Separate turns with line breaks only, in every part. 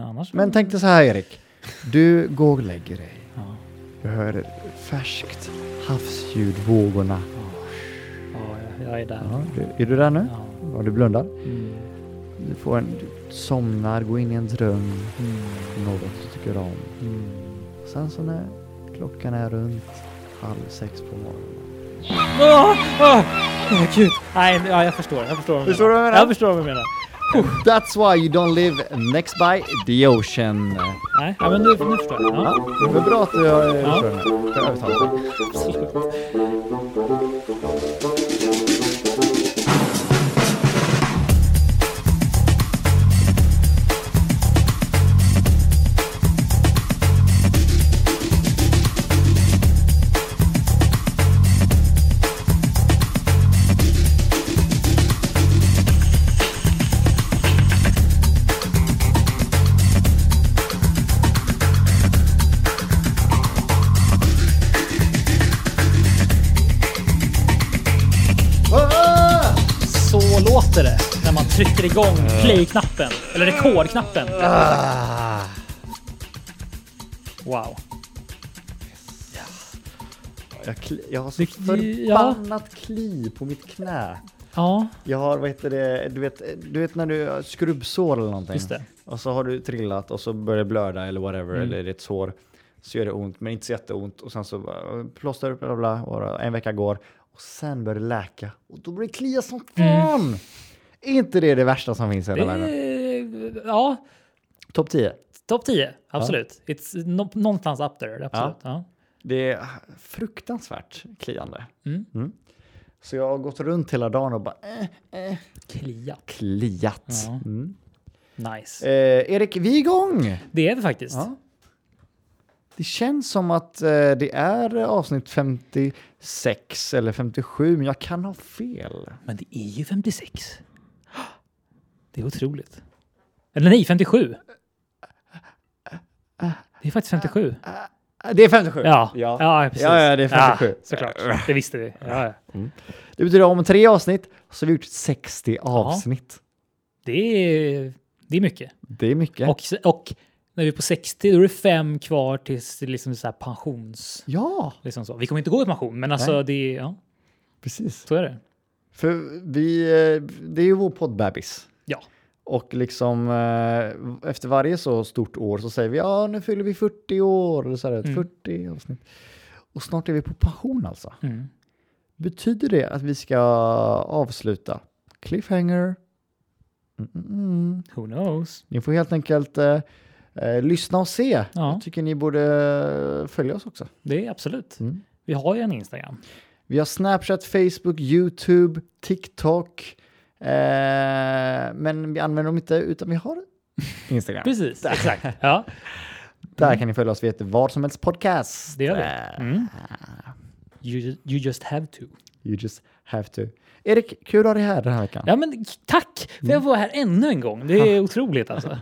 annars.
Men tänk dig så här Erik. Du går och lägger dig.
Ja.
Du hör ett färskt havsljud, vågorna.
Ja, jag- jag är där.
Ja, du, är du där nu?
Ja.
Ja, du blundar.
Mm.
Du får en, du somnar, går in i en dröm,
Mm.
något du tycker om.
Mm.
Sen så när klockan är runt halv sex på morgonen.
Åh, åh, Ah, åh, gud. Nej, ja, jag förstår. Jag förstår vad du
Förstår du vad jag menar?
Jag förstår vad du menar.
That's why you don't live next by the ocean.
Nej, ja, men nu, nu förstår jag. Ja,
Ja, det var bra att du har
Ja.
ja. den här. Jag har övertalat dig.
absolut.
Ah!
Så låter det när man trycker igång play-knappen. Eller rekordknappen.
Ah!
Wow.
Jag, kli- jag har så
Det-
förbannat kli på mitt knä.
Ja,
Jag har, vad heter det, du vet, du vet när du har skrubbsår eller någonting.
Just det. Mm.
Och så har du trillat och så börjar det blöda eller whatever, eller det är ett sår. Så gör det ont, men inte så jätteont. Och sen så bara, plåster upp, bla, bla, bla, och en vecka går. Och sen börjar det läka. Och då börjar det klia som fan! Är inte det det värsta som finns i hela
Mm. det
världen?
är, ja
Topp 10.
topp 10. Absolut. It's no, någonstans up there. Absolut. Ja.
Det är fruktansvärt kliande.
Mm.
Så jag har gått runt hela dagen och bara eh,
Klia.
kliat.
Ja.
Mm.
Nice.
Eh, Erik, vi är igång!
Det är vi faktiskt.
Ja. Det känns som att eh, det är avsnitt 56 eller 57, men jag kan ha fel.
Men det är ju 56. Det är otroligt. Eller nej, 57. Det är faktiskt 57.
Eh, Det är 57!
Ja,
ja.
ja precis.
Ja, ja, det är 57.
Ja, såklart. Det visste vi. Ja, ja.
Det betyder om tre avsnitt så har vi gjort 60 avsnitt.
Det, är, det är mycket.
Det är mycket.
Och, och när vi är på 60, då är det fem kvar tills det liksom är så här pensions...
ja,
Liksom så. Vi kommer inte gå i pension, men alltså
Nej.
det är, ja,
precis.
så är det.
För vi, eh, det är ju vår poddbebis.
Ja,
Och liksom eh, efter varje så stort år så säger vi ja nu fyller vi 40 år. Eller så här,
Mm.
40 avsnitt. Och snart är vi på pension alltså.
Mm.
Betyder det att vi ska avsluta? Cliffhanger. Mm, mm, mm.
who knows?
Ni får helt enkelt eh, eh, lyssna och se.
Ja.
Jag tycker ni borde följa oss också.
Det är absolut.
Mm.
Vi har ju en Instagram.
Vi har Snapchat, Facebook, YouTube, TikTok. Eh, men vi använder dem inte utan vi har Instagram.
Precis, exakt. Ja,
Där kan ni följa oss. Vi heter vad som helst podcast.
det gör
Eh,
vi. Mm. You, you just have to.
You just have to. Erik, kul att ha dig här den här veckan.
Ja, men tack för att jag var här ännu en gång. Det är otroligt alltså. Jag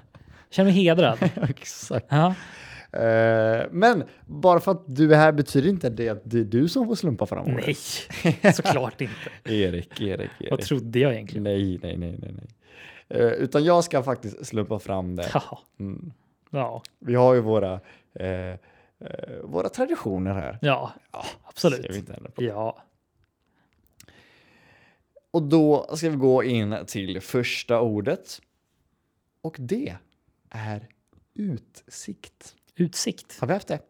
känner mig hedrad.
Exakt.
Ja.
Eh, men bara för att du är här betyder inte det att det är du som får slumpa fram året.
Nej, såklart inte.
Erik, Erik,
Vad
Erik.
trodde jag egentligen?
Nej, nej, nej, nej. nej. Eh, utan jag ska faktiskt slumpa fram det.
Haha. Ja,
Vi har ju våra, eh, eh, våra traditioner här.
ja,
Ska vi
absolut.
inte ändra på.
Ja,
Och då ska vi gå in till första ordet. Och det är utsikt.
utsikt.
Har vi haft det?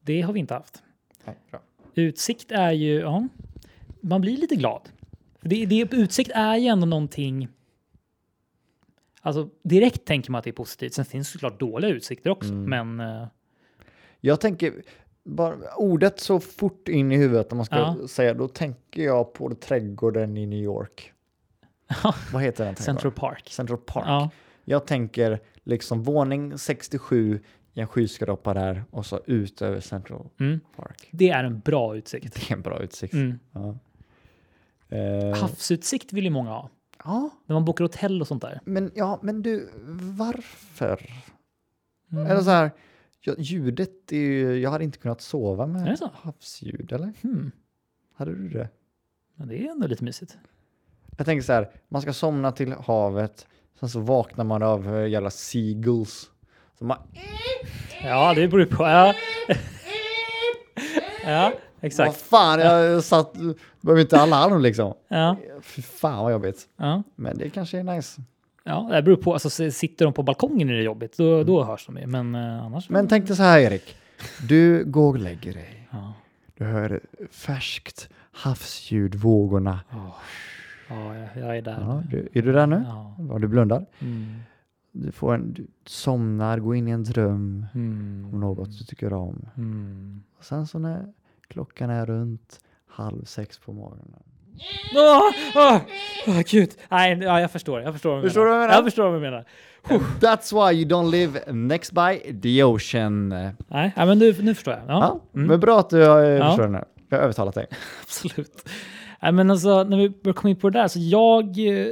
Det har vi inte haft.
Nej, bra.
Utsikt är ju, ja, man blir lite glad. Det, det, utsikt är ju ändå någonting. Alltså direkt tänker man att det är positivt. Sen finns det såklart dåliga utsikter också, men eh,
Jag tänker, bara ordet så fort in i huvudet när man ska
Ja.
säga, då tänker jag på trädgården i New York. Vad heter den trädgården?
Central Park.
Central Park.
Ja,
Jag tänker liksom våning 67 i en skyskrapa där och så ut över Central
Mm.
Park.
det är en bra utsikt.
Det är en bra utsikt.
Mm.
Ja. Eh,
Havsutsikt vill ju många ha.
ja,
När man bokar hotell och sånt där.
men, ja, men du, varför? Eller så här, ja, ljudet är ju, jag hade inte kunnat sova
Är det
med
så?
havsljud, eller?
Hmm.
Hade du det?
Men det är ändå lite mysigt.
Jag tänker så här, man ska somna till havet, sen så vaknar man av eh, jävla seagulls. De har,
Ja, det beror på. Ja, ja
vad
exakt.
fan, jag satt, behöver inte alarm liksom.
Ja,
Fy fan vad jobbigt.
ja,
Men det kanske är nice.
ja, det beror på. Alltså, s- sitter de på balkongen är det jobbigt. Då, då hörs de ju. Men eh, annars.
Mm. Men tänk dig så här Erik. Du går och lägger dig.
Ja.
Du hör färskt havsljud, vågorna.
Ja, jag, jag är där.
Ja, du, är du där nu?
Ja.
Ja. Du blundar.
Mm.
Du, får en, du somnar, går in i en dröm
Mm.
om något du tycker om.
Mm.
Och sen så när klockan är runt halv sex på morgonen.
Åh, åh, åh, Ah! gud. Nej, ja, jag förstår. Jag förstår vad du
Förstår du vad jag menar?
Jag förstår vad du menar.
That's why you don't live next by the ocean. Ja,
Nej, ja, men nu, nu förstår jag. Ja,
Men bra att du har
Ja.
ja. förstår den här. Jag har övertalat dig.
absolut. Nej, men alltså, när vi börjar komma in på det där, så jag eh,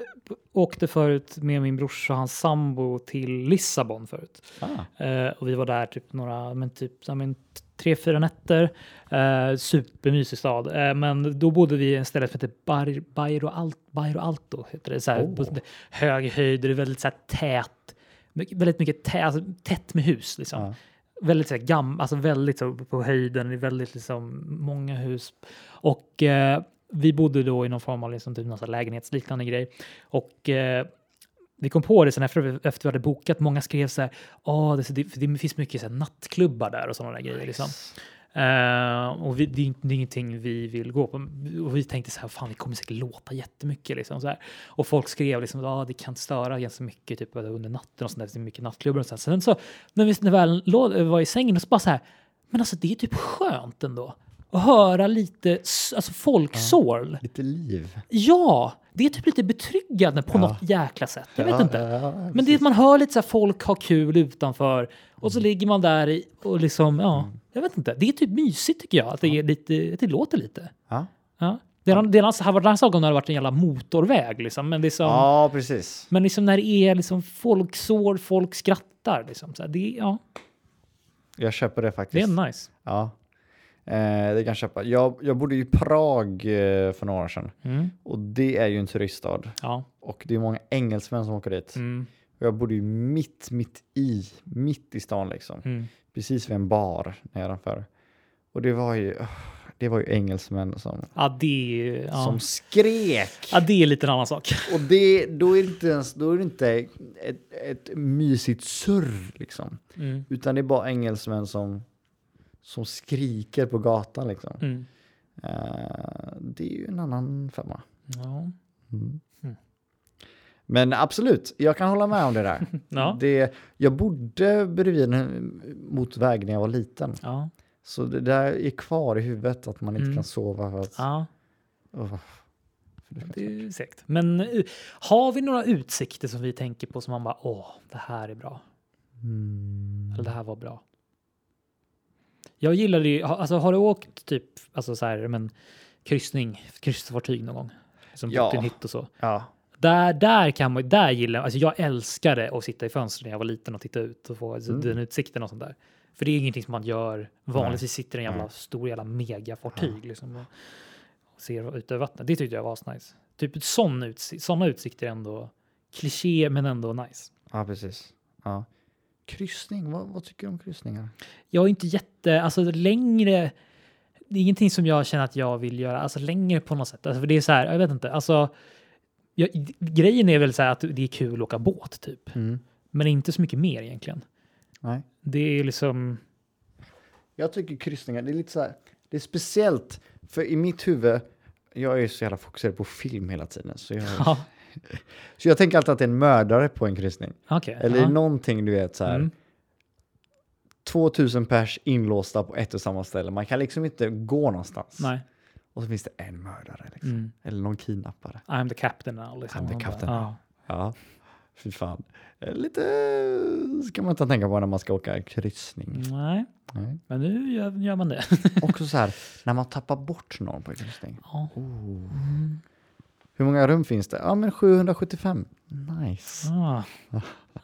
åkte förut med min brorsa och hans sambo till Lissabon förut.
Ah.
Eh, och vi var där typ några, men typ ja, men, t- tre, fyra nätter. Eh, supermysig stad. Eh, men då bodde vi i en ställe som heter Bar- Bairro Al- Bairro Alto. Heter det. Så här, på
Oh.
hög höjd, det är väldigt så här, tät. mycket- Väldigt mycket tä, alltså, tätt med hus. Liksom.
Ja.
Väldigt så här, gam, alltså väldigt så, uppe på höjden. Det är väldigt liksom, många hus. Och eh, vi bodde då i någon form av liksom, typ, någon så här lägenhetsliknande grej. Och eh, vi kom på det sen efter, vi- efter vi hade bokat. Många skrev så här, "Åh, det, det, det finns mycket så här, nattklubbar där och sådana där grejer. Liksom. Eh, och vi, det, är inte- det är ingenting vi vill gå på. Och vi tänkte så här, fan vi kommer säkert låta jättemycket. Liksom, så här. Och folk skrev liksom, ah, det kan inte störa ganska mycket typ, under natten och sånt där, det är mycket nattklubbar. Och så här. Sen så, när vi när vi väl lå- var i sängen, så bara så här, men alltså det är typ skönt ändå. Att höra lite s- alltså, folksorl.
Lite liv.
Ja, det är typ lite betryggande på något jäkla sätt. Jag vet
Ja,
inte.
ja, ja.
Men det är att man hör lite så här folk har kul utanför och så ligger man där i- och liksom, ja, jag vet inte. Det är typ mysigt tycker jag, att det, är lite, att det låter lite.
Ja.
Ja. Det hade det hade varit en sak om det hade varit en jävla motorväg liksom, men liksom,
ja, precis.
men liksom när det är liksom folksår, folk skrattar liksom. Så här, det, ja,
Jag köper det faktiskt.
det är nice.
Ja, eh, det kan jag köpa. Jag, jag bodde i Prag eh, för några år sedan
Mm.
och det är ju en turiststad
Ja.
och det är många engelsmän som åker dit.
Mm.
Och Jag bodde ju mitt, mitt i, mitt i stan liksom.
Mm.
Precis vid en bar nedanför. Och det var ju, öh, det var ju engelsmän som,
Ja, det, är- ja.
som skrek.
ja, det är lite en annan sak.
Och det, då är det inte ens, då är det inte ett, ett mysigt surr liksom.
Mm.
Utan det är bara engelsmän som, som skriker på gatan liksom.
Mm.
Eh, det är ju en annan femma.
Ja.
Men absolut, jag kan hålla med om det där.
Ja.
det, jag bodde bredvid en motväg när jag var liten.
Ja.
Så det där är kvar i huvudet att man inte
Mm.
kan sova. För att,
ja.
Åh,
Det är ju säkert. Men eh, har vi några utsikter som vi tänker på som man bara åh, det här är bra.
mm.
Eller det här var bra. Jag gillade ju, ha- alltså har du åkt typ, alltså så här, men kryssning, kryssningsfartyg någon gång? Som
Ja.
ja. en hytt och så.
Ja,
Där, där kan man, där gillar alltså jag älskade att sitta i fönstret när jag var liten och titta ut och få alltså,
Mm.
den utsikten och sånt där. För det är ingenting som man gör, vanligtvis sitter i en jävla stor jävla megafartyg liksom och, och ser ut över vattnet. Det tyckte jag var asnice. Typ sån utsikt, såna utsikter är ändå kliché men ändå nice.
ja precis. Ja. Kryssning, vad, vad tycker du om kryssningar?
Jag är inte jätte, alltså längre, det är ingenting som jag känner att jag vill göra, alltså längre på något sätt. Alltså, för det är så här, jag vet inte, alltså jag, grejen är väl så här att det är kul att åka båt typ. Men inte så mycket mer egentligen.
Mm. Nej.
Det är liksom...
Jag tycker kryssningar, det är lite så här, det är speciellt. För i mitt huvud, jag är ju så jävla fokuserad på film hela tiden. Så jag,
Ja,
Så jag tänker alltid att det är en mördare på en kryssning.
okej.
Eller
ja.
någonting du vet så här.
Mm.
2000 pers inlåsta på ett och samma ställe. Man kan liksom inte gå någonstans.
Nej.
Och så finns det en mördare. Liksom.
Mm.
Eller någon kidnappare.
I'm the captain now. Liksom.
I'm the
Man bara,
captain
Ja.
Ja, fy fan. Eh, Lite eh, ska man inte tänka på när man ska åka kryssning.
Nej,
Nej.
men nu gör, gör man det.
Också så här, när man tappar bort någon på en kryssning.
Ja. Mm.
Hur många rum finns det? Ja, men 775. Nice.
Ah.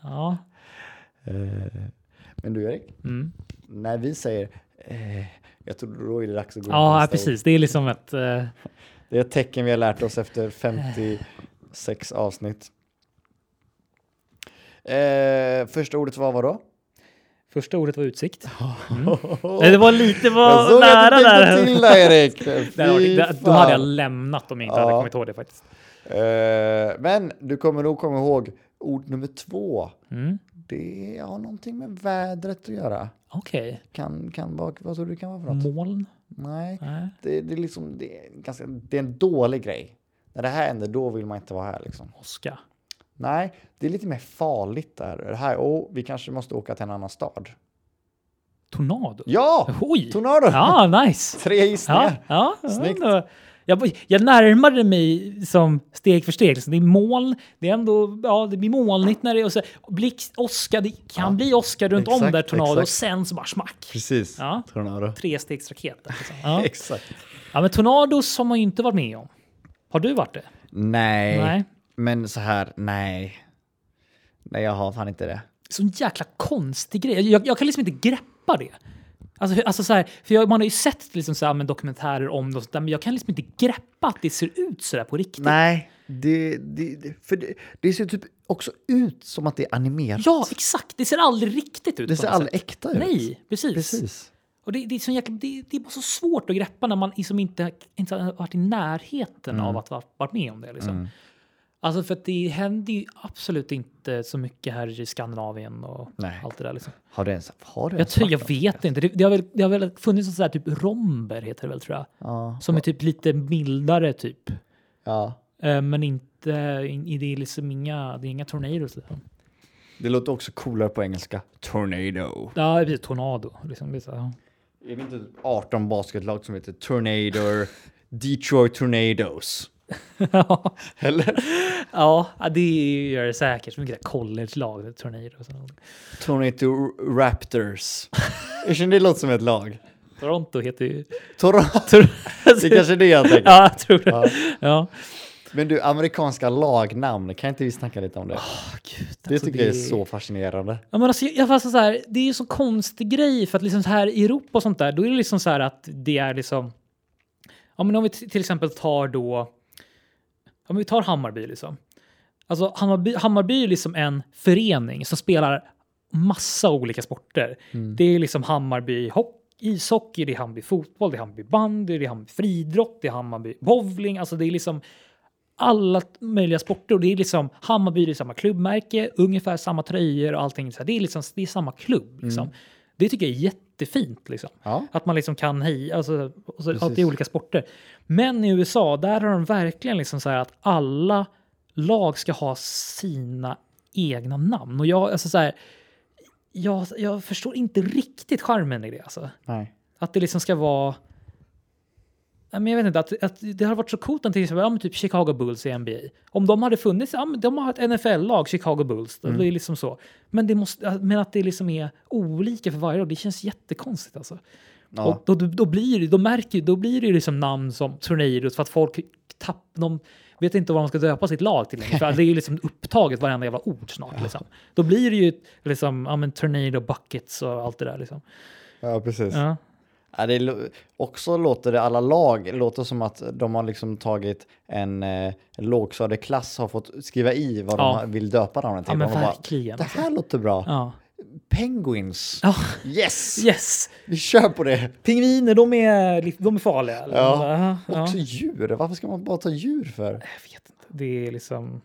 Ja.
Eh, Men du Erik,
Mm.
när vi säger eh, jag tror då är det dags att gå in på
Ja, ja,
nästa ord.
precis. Det är liksom ett... eh,
Det är ett tecken vi har lärt oss efter 56 avsnitt. Eh, första ordet var vad då?
Första ordet var utsikt. Nej, Mm. det
Jag
var lite var
såg att
nära
du tänkte
där.
till där Erik.
där var det,
Fy
där, då hade jag
fan.
lämnat om jag inte hade
Ja.
kommit ihåg det faktiskt.
Eh, Men du kommer nog komma ihåg ord nummer två.
Mm.
Det har någonting med vädret att göra.
Okej.
Kan, kan vara, vad tror du det kan vara för något?
Moln?
Nej,
Nej.
det, det, är liksom, det, är en ganska, det är en dålig grej. När det här händer, då vill man inte vara här. Liksom.
Åska?
Nej, det är lite mer farligt där. Det här, oh, vi kanske måste åka till en annan stad.
Tornado?
Ja!
Oj!
Tornado!
Ja, nice!
Tre
Ja,
gissningar.
ja, ja,
Snyggt.
ändå. Jag, jag närmade mig som steg för steg. Så det är moln, det är ändå, ja, det blir molnigt när det och så, blixt, åska, det kan
Ja.
bli åska runt om
Exakt,
där tornado och
exakt.
sen så bara smack.
Precis.
Ja.
Tornado.
Trestegsraketer. Liksom. Ja.
Exakt.
ja, men tornados har man ju inte varit med om. Har du varit det?
Nej.
Nej.
men så här, nej. Nej, jag har fan inte det.
Sån jäkla konstig grej. Jag, jag kan liksom inte greppa det. Alltså, hur- alltså så här, för jag, man har ju sett liksom så här, men dokumentärer om det och sånt där, men jag kan liksom inte greppa att det ser ut så där på riktigt.
Nej, det, det, det- för det, det ser typ också ut som att det är animerat.
Ja, exakt. Det ser aldrig riktigt ut. på
det ser
något
aldrig
sätt.
äkta ut.
Nej, precis.
Precis.
Och det, det, är så jäkla, det, det är bara så svårt att greppa när man liksom inte, inte har varit i närheten
Mm.
av att ha varit med om det. Liksom. Alltså för att det händer ju absolut inte så mycket här i Skandinavien och
Nej.
allt det där. Liksom.
Har du ens, har du
Jag,
ens
tror, jag
varit om-
vet inte. Det, det, har väl, det har väl funnits en sån här typ romber heter det väl tror jag.
Ja.
Som är typ lite mildare typ.
ja.
Eh, Men inte, in- i- det är liksom inga, det är inga tornados. Liksom.
Det låter också coolare på engelska. Tornado.
Ja, precis. Tornado. Liksom, det är så, här, ja.
Är det inte 18 basketlag som heter Tornado, Detroit Tornadoes? Eller?
Ja, ja, det gör det säkert. Som vilket college-lag, Tornado och sånt.
Tornado Raptors. Jag känner det låter som ett lag.
Toronto heter ju...
Toronto. Det är kanske är det jag tänker.
Ja, jag tror det. Ja. ja.
Men du, amerikanska lagnamn, kan inte vi snacka lite om det?
Åh, gud,
det
alltså,
tycker jag är så fascinerande.
Ja, men alltså, jag, jag fastnar så här, det är ju så konstig grej för att liksom så här i Europa och sånt där, då är det liksom så här att det är liksom... Ja, men om vi t- till exempel tar då... Om vi tar Hammarby liksom. Alltså Hammarby, Hammarby är liksom en förening som spelar massa olika sporter. Det är liksom Hammarby hockey, ishockey, det är Hammarby fotboll, det är Hammarby bandy, det är Hammarby friidrott, det är Hammarby bowling. Alltså det är liksom alla t- möjliga sporter och det är liksom Hammarby, det är samma klubbmärke, ungefär samma tröjor och allting. Så här. Det är liksom det är samma klubb. Liksom. Det tycker jag är jättefint. Liksom.
Ja.
Att man liksom kan heja, alltså, och så, att det
Precis.
är olika sporter. Men i USA, där har de verkligen liksom så här att alla lag ska ha sina egna namn. Och jag, alltså så här, jag, jag förstår inte riktigt charmen i det. Alltså.
Nej.
Att det liksom ska vara... Nej, men jag vet inte, att, att det har varit så coolt att till exempel, ja, men typ Chicago Bulls i NBA. Om de hade funnits, ja, men de har ett NFL-lag, Chicago Bulls.
Mm.
Det är liksom så. Men, det måste, men att det liksom är olika för varje lag, det känns jättekonstigt alltså.
Ja.
Och då, då, då blir det, då märker, då blir det ju liksom namn som Tornadoes för att folk tapp, de vet inte vad de ska döpa sitt lag till längre. För att det är ju liksom upptaget varenda jävla ord snart. Liksom. Då blir det ju liksom, ja men Tornado Buckets och allt det där liksom.
ja, precis. Ja.
Ja.
det lo- också låter det, alla lag låter som att de har liksom tagit en eh, lågstadieklass har fått skriva i vad
Ja.
de har- vill döpa namnen till.
Ja, men
Och de bara,
verkligen,
Det här låter bra.
Ja.
Penguins.
Ja.
Yes!
Yes!
Vi kör på det.
Pingviner, de är, de är farliga. eller?
Ja.
Aha, ja.
Också djur. Varför ska man bara ta djur för?
Jag vet inte. Det är liksom...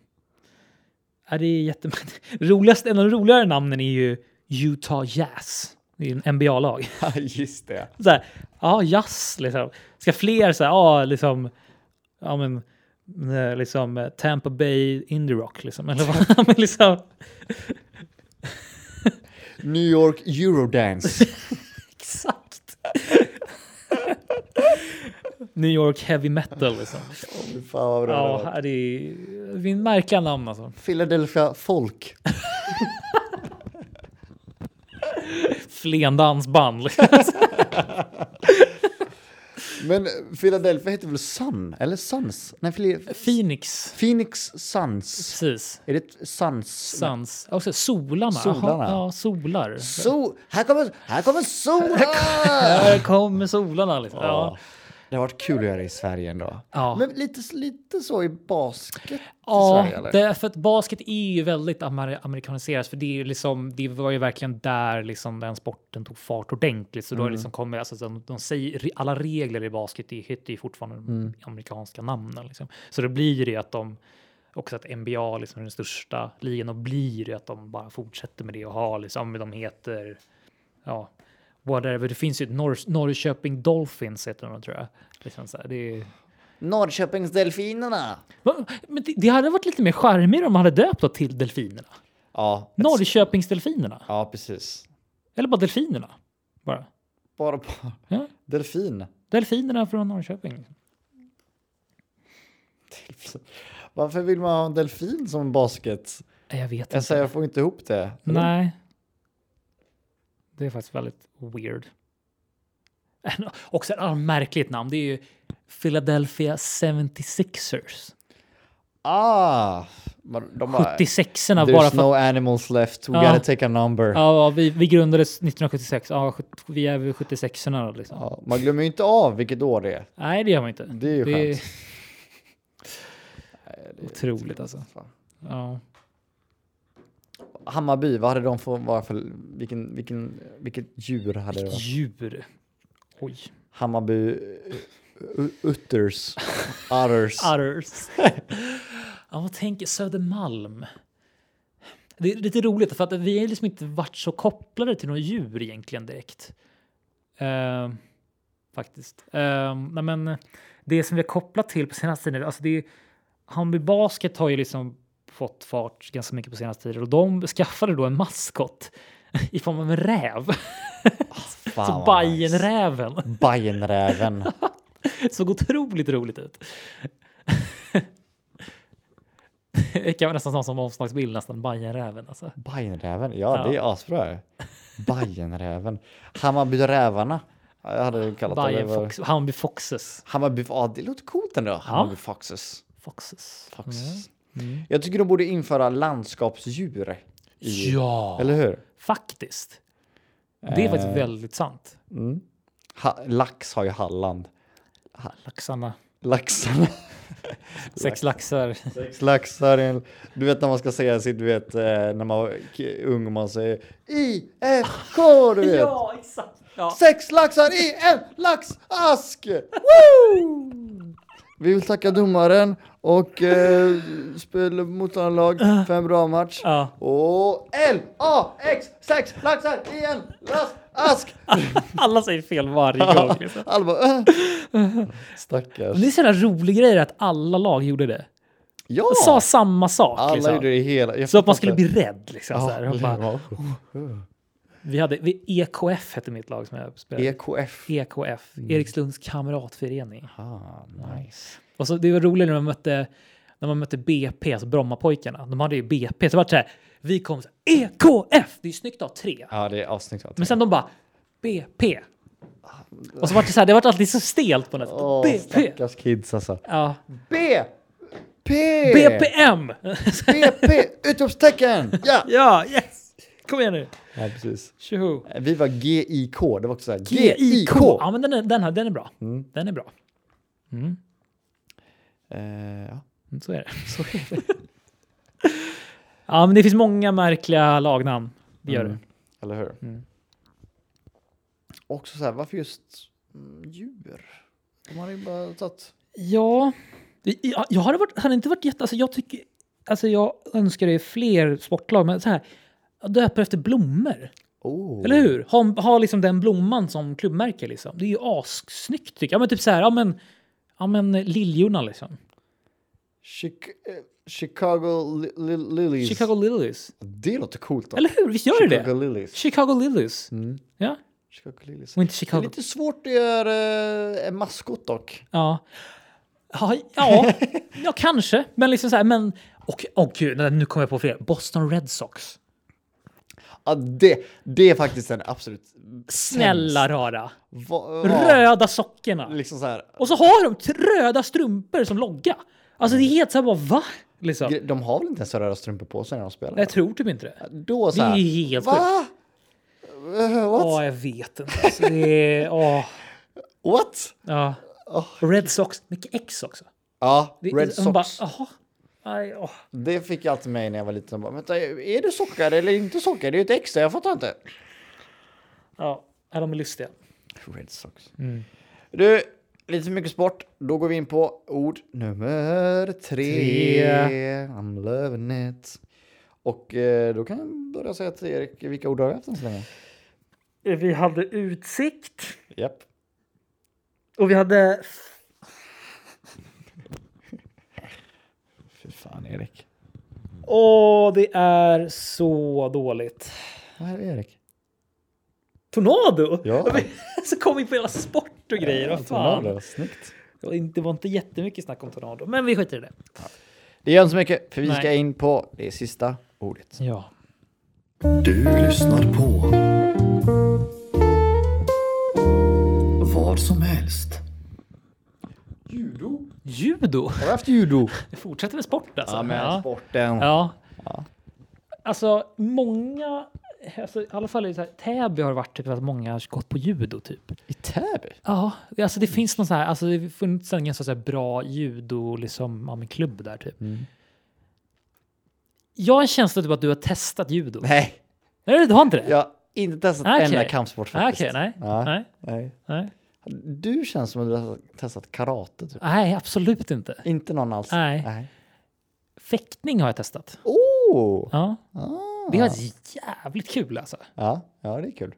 Ja, det är jätte... Roligast, en av de roligare namnen är ju Utah Jazz. Det är en NBA-lag.
Ja, just det.
Så här, ja, jazz liksom. Ska fler så här, ja, liksom... Ja, men... eh, Liksom eh, Tampa Bay Indie Rock liksom. Eller vad? men liksom
New York Eurodance.
exakt. New York Heavy Metal liksom.
Fy Fan vad bra det var.
Ja, det är, det är märkliga namn alltså.
Philadelphia Folk.
Flendansband.
Men Philadelphia heter väl Sun? Eller Suns? Nej, Phil-
Phoenix.
Phoenix Suns.
Precis.
Är det Suns?
Sans. Och så solarna.
Solarna.
Aha, ja, solar.
Sol! Här kommer, här kommer solen!
Här kommer solarna. Liksom. Ja.
Det har varit kul att göra det i Sverige en dag.
Ja.
Men lite, lite så i basket i
Ja,
Sverige? Eller?
det, för att basket är ju väldigt amer amerikaniserat, för det, är ju liksom, det var ju verkligen där liksom den sporten tog fart ordentligt. Så då har
Mm.
det liksom kommit, alltså, de, de säger, re- alla regler i basket är- heter ju fortfarande
Mm.
de amerikanska namnen. Liksom. Så det blir ju det att de, också att NBA liksom är den största ligan, och blir ju att de bara fortsätter med det och har liksom, de heter, ja, whatever. Det finns ju ett Norr, Norrköping Dolphins heter de tror jag. Liksom så här, det är,
Norrköpingsdelfinerna!
Va? Men det, det hade varit lite mer charmigt om man hade döpt det till Delfinerna.
Ja, ett-
Norrköpingsdelfinerna.
ja, precis.
Eller bara Delfinerna. Bara.
Bara på
Ja.
delfin.
Delfinerna från Norrköping.
Varför vill man ha en delfin som basket?
Nej, Jag vet
Jag
inte.
säger, Mm. jag får inte ihop det.
Nej. Det är faktiskt väldigt weird. En- Också ett annat märkligt namn. Det är ju Philadelphia 76ers.
Ah! men De bara,
76orna bara
There's
för...
no animals left, we
Ja.
gotta take a number.
Ja, vi, vi grundades 1976. Ja, sjut- vi är väl 76orna då liksom.
Ja, man glömmer ju inte av vilket år det är.
Nej, det gör man inte.
Det är ju skönt.
Otroligt alltså.
Fan.
Ja.
Hammarby, vad hade de för, varför, vilken, vilken, vilket djur hade de?
Djur. Oj.
Hammarby eh, u- utters, utters.
Utters. ja, vad tänker Södermalm? Det är lite roligt för att vi har liksom inte varit så kopplade till några djur egentligen direkt. Ehm, faktiskt. Ehm, nej men det som vi har kopplat till på senaste tiden, alltså det är, Hammarby Basket har ju liksom fått fart ganska mycket på senaste tiden och de skaffade då en maskot i form av en räv.
Ah, Fan,
Så
vad nice.
Bajenräven.
Bajenräven.
såg otroligt roligt ut. Det kan vara nästan som, som omslagsbild, nästan Bajenräven. Alltså.
Bajenräven, ja,
Ja.
det är asbra. Bajenräven. Hammarbyrävarna jag hade jag kallat det.
Bajen
det. var-
Fox, Hammarby Foxes.
Hammarby, ja det låter coolt ändå. Hammarby Foxes.
Foxes. Mm.
Foxes. Jag tycker de borde införa landskapsdjur. I,
Ja,
Eller Eh. hur?
faktiskt. Det är faktiskt väldigt sant.
Ha, lax har ju Halland.
Laxarna.
Laxarna.
Sex laxar.
Sex laxar. i en- Du vet när man ska säga sitt, du vet eh, när man var k- ung och man säger IFK, du vet.
exakt. Ja.
Sex laxar i en laxask! Woo! Vi vill tacka domaren och eh, spel motståndarlag för en bra match.
Ah. Ja.
Och L-A-X! Sex laxar i en laxask!
Alla säger fel varje gång. Liksom.
Alla bara, äh. Stackars.
Men det är så jävla rolig grej att alla lag gjorde det.
Ja!
De sa samma sak.
Alla
liksom.
gjorde det i hela... jag
Så att man
fattar
skulle
inte.
bli rädd. Liksom, så här.
Ja,
Och bara,
ja.
vi hade, vi, EKF hette mitt lag som jag spelade.
E EKF.
EKF,
Mm.
Erikslunds kamratförening.
Ah, nice.
Och så det var roligt när man mötte, när man mötte BP, alltså Brommapojkarna. De hade ju BP, så var det så här, vi kom så här, EKF, det är ju snyggt att ha tre.
Ja, det är avsnitt.
Men sen de bara, BP. Och så var det så här, det var alltid så stelt på något sätt.
Åh,
BP.
stackars kids alltså.
Ja.
B! P!
BPM!
BP! Utropstecken! Ja!
ja, yes! Kom igen nu.
ja, precis.
Tjoho.
Eh, Vi var GIK. Det var också så här.
GIK. Ja, men den är, den här, den är bra.
Mm.
Den är bra.
Eh, ja.
Mm, Så är det. Så är det. ja, men det finns många märkliga lagnamn. Det gör det.
Mm. Eller hur? Också så här, varför just mm, djur? De hade ju bara tagit...
Ja, jag, jag hade, varit, hade inte varit jätte... Alltså jag, tycker, alltså jag önskar det fler sportlag, men så här, jag döper efter blommor.
Oh.
Eller hur? Ha, ha liksom den blomman som klubbmärke. Liksom. Det är ju assnyggt tycker jag. Ja, men typ så här, ja men, ja, men liljorna liksom.
Chic- eh, Chicago li- li- Lilies.
Chicago Lilies.
Det låter coolt. Då.
Eller hur? Visst gör det
Chicago
det?
Lilies.
Chicago Mm. Lilies. Ja,
Chicago Lilies.
och inte
Det är
Chicago...
lite svårt att göra eh, en maskot dock.
Ja. Ja, ja, ja kanske. Men liksom så här, men... Och, och gud, nej, nu kommer jag på fel. Boston Red Sox.
Ja, det, det är faktiskt en absolut...
Snälla rara.
Va, va,
Röda sockerna.
liksom så här,
Och så har de t- röda strumpor som logga. Alltså det är helt såhär bara va? Liksom.
Gre- De har väl inte ens röda strumpor på sig när de spelar?
Jag tror typ inte det.
Då så
Det är
här,
ju helt
Va? Eh, what?
Ja, jag vet inte. Alltså, det är... åh.
What?
Ja.
Åh.
Och Red Sox, mycket X också.
Ja,
Det-
Red
hon
Sox.
Bara, Jaha. Aj, åh.
Det fick jag alltid mig när jag var liten. Bara, Vänta, är det sockar eller inte sockar? Det är ju ett X där, jag fattar inte.
Ja, ja, de är lustiga.
Red Sox.
Mm.
Du, lite för mycket sport. Då går vi in på ord nummer tre.
Tre.
I'm loving it. Och eh, då kan jag börja säga till Erik, vilka ord har vi haft än så länge?
Vi hade utsikt
Japp.
och vi hade...
Fy fan Erik.
Åh, det är så dåligt.
Vad är det Erik?
Tornado?
Ja.
Så kom vi på hela sport och grejer. Vad fan.
Tornado, Snyggt.
Det var inte- det var inte jättemycket snack om tornado, men vi skiter i det.
Det gör inte så mycket, för vi
Nej.
ska in på det sista ordet.
Ja.
Du lyssnar på vad som helst.
Judo.
Judo.
Har vi haft judo?
Det fortsätter med sport alltså.
Ja, men sporten.
Ja. Alltså många, alltså, i alla fall i så här, Täby har det varit typ att många har gått på judo typ.
I Täby?
Ja, alltså det finns någon så här, alltså det har funnits en ganska så här bra judo liksom, ja, men klubb där typ.
Mm.
Jag har en känsla typ att du har testat judo.
Nej,
Nej, du har inte det?
jag har inte testat
Okej.
en enda kampsport
Nej,
faktiskt.
Okej, nej.
Ja.
Nej.
Nej.
Nej.
Du känns som att du har testat karate. Typ.
nej, absolut inte.
Inte någon alls.
Nej. Fäktning har jag testat.
Oh!
Ja.
Ah.
Det var jävligt kul alltså.
Ja. ja, det är kul.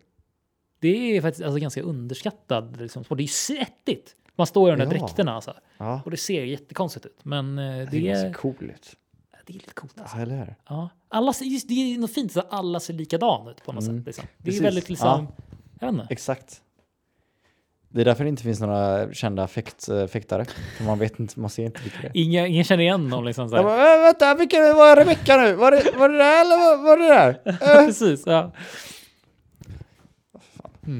Det är faktiskt alltså ganska underskattad liksom, sport. Det är ju svettigt. Man står i de där
Ja.
dräkterna alltså.
Ja.
Och det ser jättekonstigt ut. Men eh,
Det
det
är så
är,
coolt ut.
det är lite coolt alltså.
Ja, eller hur?
Ja. Alla, ser- just, det är något fint så att alla ser likadana ut på något sätt. Liksom. Det
Mm. Precis.
är väldigt liksom, jag vet inte.
Exakt. Det är därför det inte finns några kända fäkt, eh, fäktare. För man vet inte, man ser inte vilka det är.
Ingen, ingen känner igen dem liksom. Så
Jag
här.
bara, "Äh, vänta, vilken var Rebecka nu? Var det, var det där eller var, var det där?
Precis. Ja.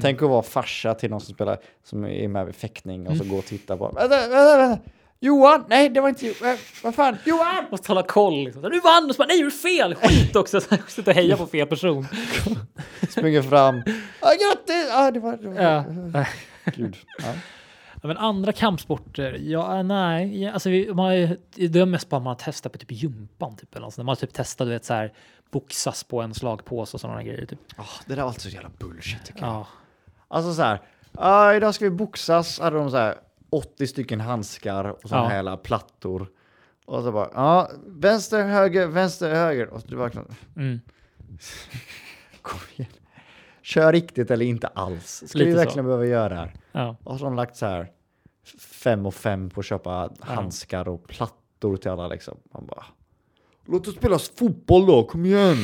Tänk att vara farsa till någon som spelar, som är med vid fäktning och så gå och titta på. Vänta, vänta, vänta. Johan! Nej, det var inte Johan. Vad fan? Johan!
Måste hålla koll. Liksom. Så, Du vann! Och så bara, nej, du är fel! Skit också! Så här, Sitta och heja på fel person.
Springer fram. Ah, grattis! Ah, det var... Det var
Ja.
Gud. Ja.
Ja, men andra kampsporter? Ja, nej. Ja, Alltså, vi, man har, ju- det är mest bara man har testat på typ gympan. Typ, eller något sånt. Man har typ testat du vet, så här, boxas på en slagpåse och sådana grejer. Typ.
Ah, det där var alltid så jävla bullshit tycker jag.
Ja.
Alltså så här. ah, idag ska vi boxas. Hade de så här 80 stycken handskar och sådana
Ja.
här jävla plattor. Och så bara, ja, ah, vänster, höger, vänster, höger. Och så du bara,
Mm.
kom igen. Kör riktigt eller inte alls. Ska
Lite
vi
så.
verkligen behöva göra det här?
Ja.
Och så har de lagt så här fem och fem på att köpa handskar och plattor till alla liksom. Man bara, låt oss spela fotboll då, kom igen!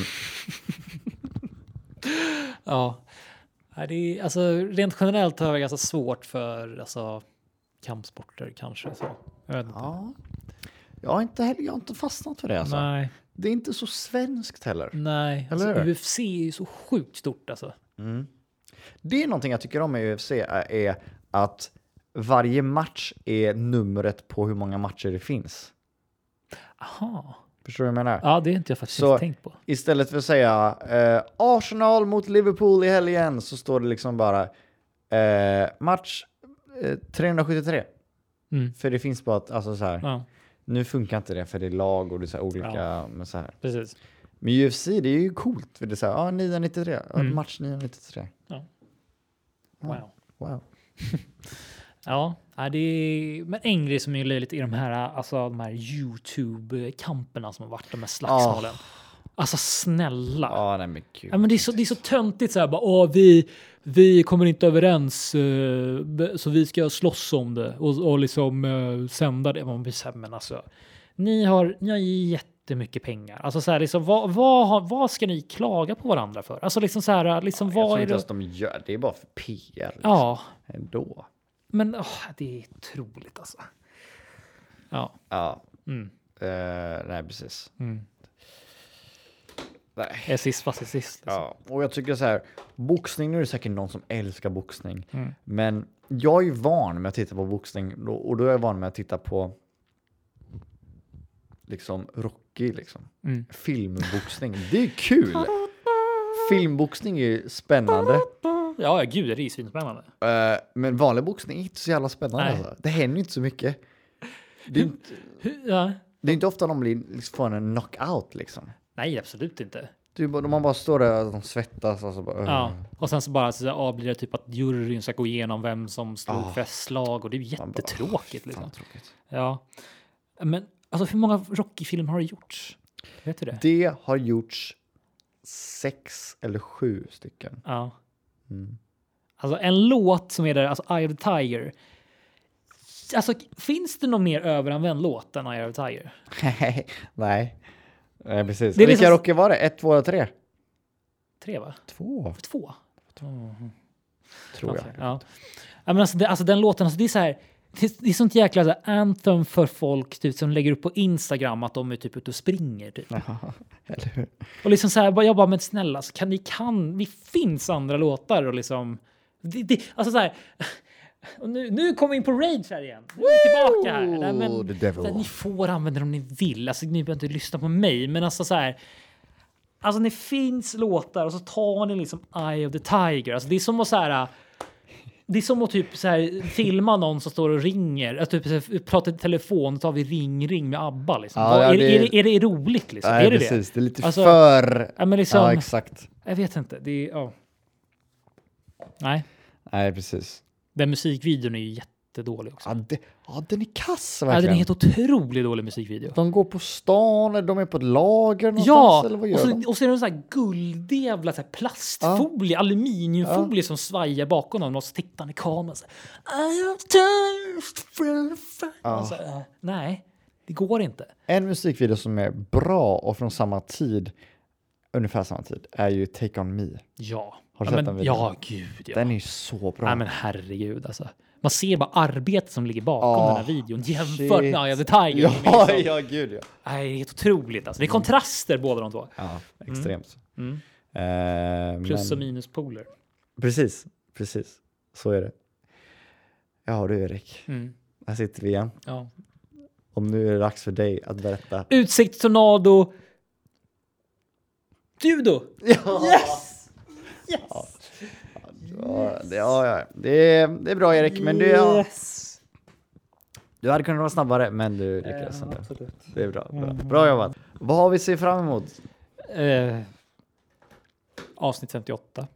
ja. Nej, det är, alltså, rent generellt har jag ganska svårt för alltså, kampsporter kanske. Så. Jag vet inte.
Ja. Jag har inte, heller, jag har inte fastnat för det alltså.
Nej,
Det är inte så svenskt heller.
nej. Alltså,
Eller hur?
UFC är ju så sjukt stort alltså.
Det är någonting jag tycker om med UFC är är att varje match är numret på hur många matcher det finns.
Aha.
Förstår du vad jag menar?
Ja, det är inte jag faktiskt
Så-
inte tänkt på.
Istället för att säga eh, Arsenal mot Liverpool i helgen så står det liksom bara eh, match eh, 373.
Mm.
För det finns bara att, alltså så här,
Ja,
nu funkar inte det för det är lag och det är så här olika.
Ja.
Men, så här.
precis.
men UFC det är ju coolt för det är så här, ah, 993, ja,
Mm.
match 993.
Wow.
Wow.
Ja, ja, det är, men en grej som är löjligt är de här, alltså, de här Youtube-kamperna som har varit, de här slagsmålen. Alltså snälla.
Ah. Ja, nej men gud.
Ja, men det, är så, det är så töntigt så här bara, åh, vi, vi kommer inte överens eh, be- så vi ska slåss om det och, och liksom eh, sända det. Man blir så här, men alltså, ni har, ni har jättemycket pengar. Alltså så här, liksom, vad, vad, har- vad ska ni klaga på varandra för? Alltså liksom så här, liksom,
jag
vad
tror
är
inte
det?
ens de gör det, är bara för PR. Liksom.
Ja,
Ändå.
men åh, det är otroligt alltså. Ja.
Ja,
Mm.
eh, nej precis.
Mm.
Nej.
Är sist fast är sist. Liksom.
Ja, och jag tycker så här, boxning, nu är det säkert någon som älskar boxning,
Mm.
men jag är ju van med att titta på boxning då- och då är jag van med att titta på liksom Rocky, liksom.
Mm.
Filmboxning, det är kul! Filmboxning är ju spännande,
ja, gud, det är ju svinspännande.
Eh, men vanlig boxning är inte så jävla spännande.
Nej.
Alltså. Det händer inte så mycket. Det är, inte-
Hur- Ja.
det är inte ofta de blir, liksom, får en knockout liksom.
Nej, absolut inte.
Du, bara- man bara står där och de svettas. Alltså, bara,
Ja. Och sen så bara så, ja, blir det typ att juryn ska gå igenom vem som slog
Ah.
flest slag och det är ju
Man bara,
jättetråkigt.
"Åh, fan,
Liksom.
tråkigt.
Ja. Men alltså, hur många Rocky-filmer har det gjorts? Vet du det?
Det har gjorts sex eller sju stycken.
Ja.
Mm.
Alltså en låt som är där, alltså Eye of the Tiger. Alltså finns det någon mer överanvänd låt än Eye of the Tiger?
Nej. Nej, precis.
Det är
Vilka
liksom-
rocker var det? Ett, två eller tre?
Tre va?
Två,
Två?
tror jag.
Okej, Ja. Ja, men alltså, det, alltså den låten, alltså, det är så här. Det är, det är sånt jäkla så här, anthem för folk typ, som lägger upp på Instagram att de är typ ute och springer. Typ.
Ja, eller hur?
Och liksom så här, bara- jag bara, men snälla, alltså, kan ni kan, det finns andra låtar och liksom. Det, det, alltså så här. Och nu, nu kommer vi in på Rage här igen. Nu är vi tillbaka här. Nej, men,
The devil.
så här, ni får använda det om ni vill. Alltså, ni behöver inte lyssna på mig, men alltså så här. Alltså det finns låtar och så tar ni liksom Eye of the Tiger. Alltså det är som att så här. Det är som att typ så här, filma någon som står och ringer. Alltså typ så här, prata i telefon och tar vi ring ring med ABBA. Liksom.
Ja,
Vad-
ja,
är, det,
det-
är, det, är det roligt liksom?
Nej,
är det
precis.
det?
Det är lite
Alltså,
för...
Ja, men liksom,
Ja, exakt.
jag vet inte. Det är, ja. Nej,
Nej, precis.
den musikvideon är ju jättedålig också.
Ja, det, ja, den är kass
Ja,
verkligen.
den är helt otroligt dålig musikvideo.
De går på stan, eller de är på ett lager någonstans,
Ja,
eller vad gör
och så,
de?
och så är det en sån här guldjävla så här plastfolie, aluminiumfolie som svajar bakom honom och så tittar han i kameran så här, I am thirst for fire." Och så, äh, Nej, det går inte.
En musikvideo som är bra och från samma tid, ungefär samma tid, är ju Take On Me.
Ja.
Har du
ja,
sett
men,
den videon?
Ja, gud ja.
Den är ju så bra.
Nej men herregud alltså. Man ser bara arbetet som ligger bakom
Ja.
den här videon jämfört
Shit.
med Eye of the Tiger. som är
ja,
liksom-
ja, gud ja.
Nej, det är helt otroligt alltså. Det är
Mm.
kontraster båda de två.
Ja, extremt.
Mm.
Eh,
Plus och
men,
minuspoler.
precis, precis. Så är det. Ja du Erik,
Mm.
här sitter vi igen.
Ja.
Om nu är det dags för dig att berätta.
Utsikt, tornado. Judo! Yes! Yes!
Ja, det, ja, ja. Det, är, det är bra Erik, men du, ja,
Yes!
du hade kunnat vara snabbare, men du lyckades
Ja,
ändå.
absolut.
Det är bra. Bra, bra jobbat. Vad har vi att se fram emot?
Eh, avsnitt 58.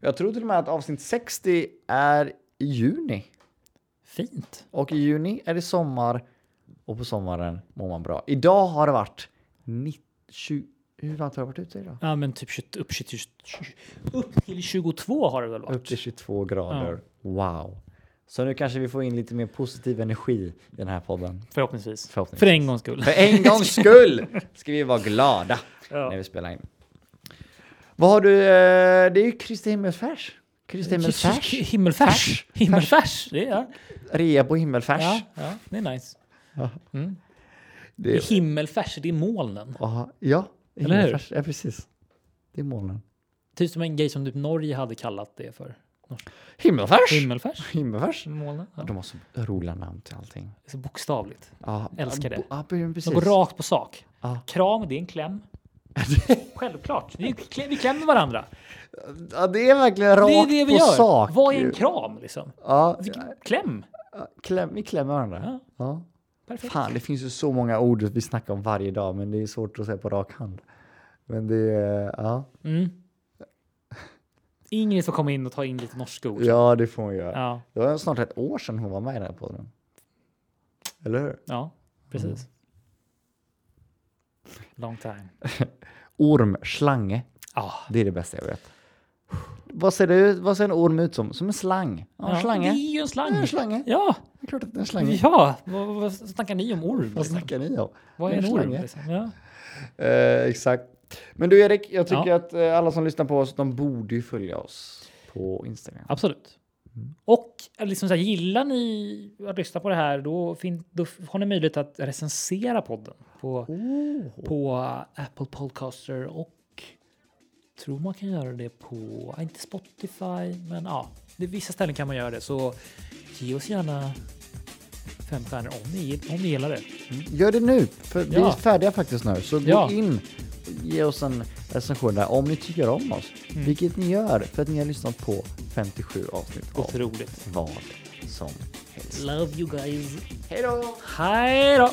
Jag tror till och med att avsnitt 60 är i juni.
Fint.
Och i juni är det sommar och på sommaren mår man bra. Idag har det varit 90, 20, hur långt har det varit ute idag?
Ja, men typ 20, upp, 20, 20, upp till 22 har det väl varit?
Upp till 22 grader. Wow. Så nu kanske vi får in lite mer positiv energi i den här podden.
Förhoppningsvis.
Förhoppningsvis.
För en gångs skull.
För en gångs skull ska vi vara glada
Ja.
när vi spelar in. Vad har du? eh, Det är ju Kristi himmelsfärs. Kristi himmelsfärs.
Himmelfärs. Himmelfärs. Det är,
Rea på himmelfärs.
ja, ja, det är nice.
Det är,
Himmelfärs, det är molnen.
aha, ja,
Eller hur?
himmelfärs. Ja, precis. Det är molnen.
Typ som en grej som typ Norge hade kallat det för.
Himmelfärs.
Himmelfärs.
Himmelfärs.
Molnen. Ja.
De har så roliga namn till allting.
Det är Så bokstavligt.
Ja,
Älskar
bo-
det.
Ja, precis.
De går rakt på sak.
Ja.
Kram, det är en kläm. Självklart. Vi, klä- vi klämmer varandra.
Ja, det är verkligen rakt
det är det vi
på
gör.
sak.
Vad är en
ju.
kram? Liksom?
Ja,
Kläm.
kläm, vi klämmer varandra.
Ja.
Ja.
Perfekt.
Fan, det finns ju så många ord vi snackar om varje dag, men det är svårt att säga på rak hand. Men det är, ja.
Mm. Ingrid får komma in och ta in lite norska ord.
ja, det får man göra.
Ja,
Det var snart ett år sedan hon var med i den här podden. Eller hur?
ja precis.
Mm.
Long time.
Orm, slange.
Ah.
Det är det bästa jag vet. Vad ser, det ut, vad ser en orm ut som? Som en slang. Ja, en
Det är
slange.
ju en slang.
Ja, en slange.
Ja,
Det är klart att det är en slange.
ja. Vad, vad snackar ni om orm?
Mm. Vad
Liksom?
snackar ni om?
Vad är en orm? Liksom? Ja.
Eh, exakt. Men du Erik, jag tycker
Ja.
att eh, alla som lyssnar på oss, de borde ju följa oss på Instagram.
Absolut. Och eh, liksom så här, gillar ni att lyssna på det här, då, fin- då f- har ni möjlighet att recensera podden på, Oh. på eh, Apple Podcaster och tror man kan göra det på, ja, inte Spotify, men ja, det, vissa ställen kan man göra det. Så ge oss gärna fem stjärnor om ni, gill- om ni gillar det.
Gör det nu, för vi är
Ja.
färdiga faktiskt nu. Så gå
Ja.
in ge oss en recension där om ni tycker om oss.
Mm.
Vilket ni gör för att ni har lyssnat på 57 avsnitt av
Otroligt.
vad som helst.
Love you guys.
Hej då!
Hej då!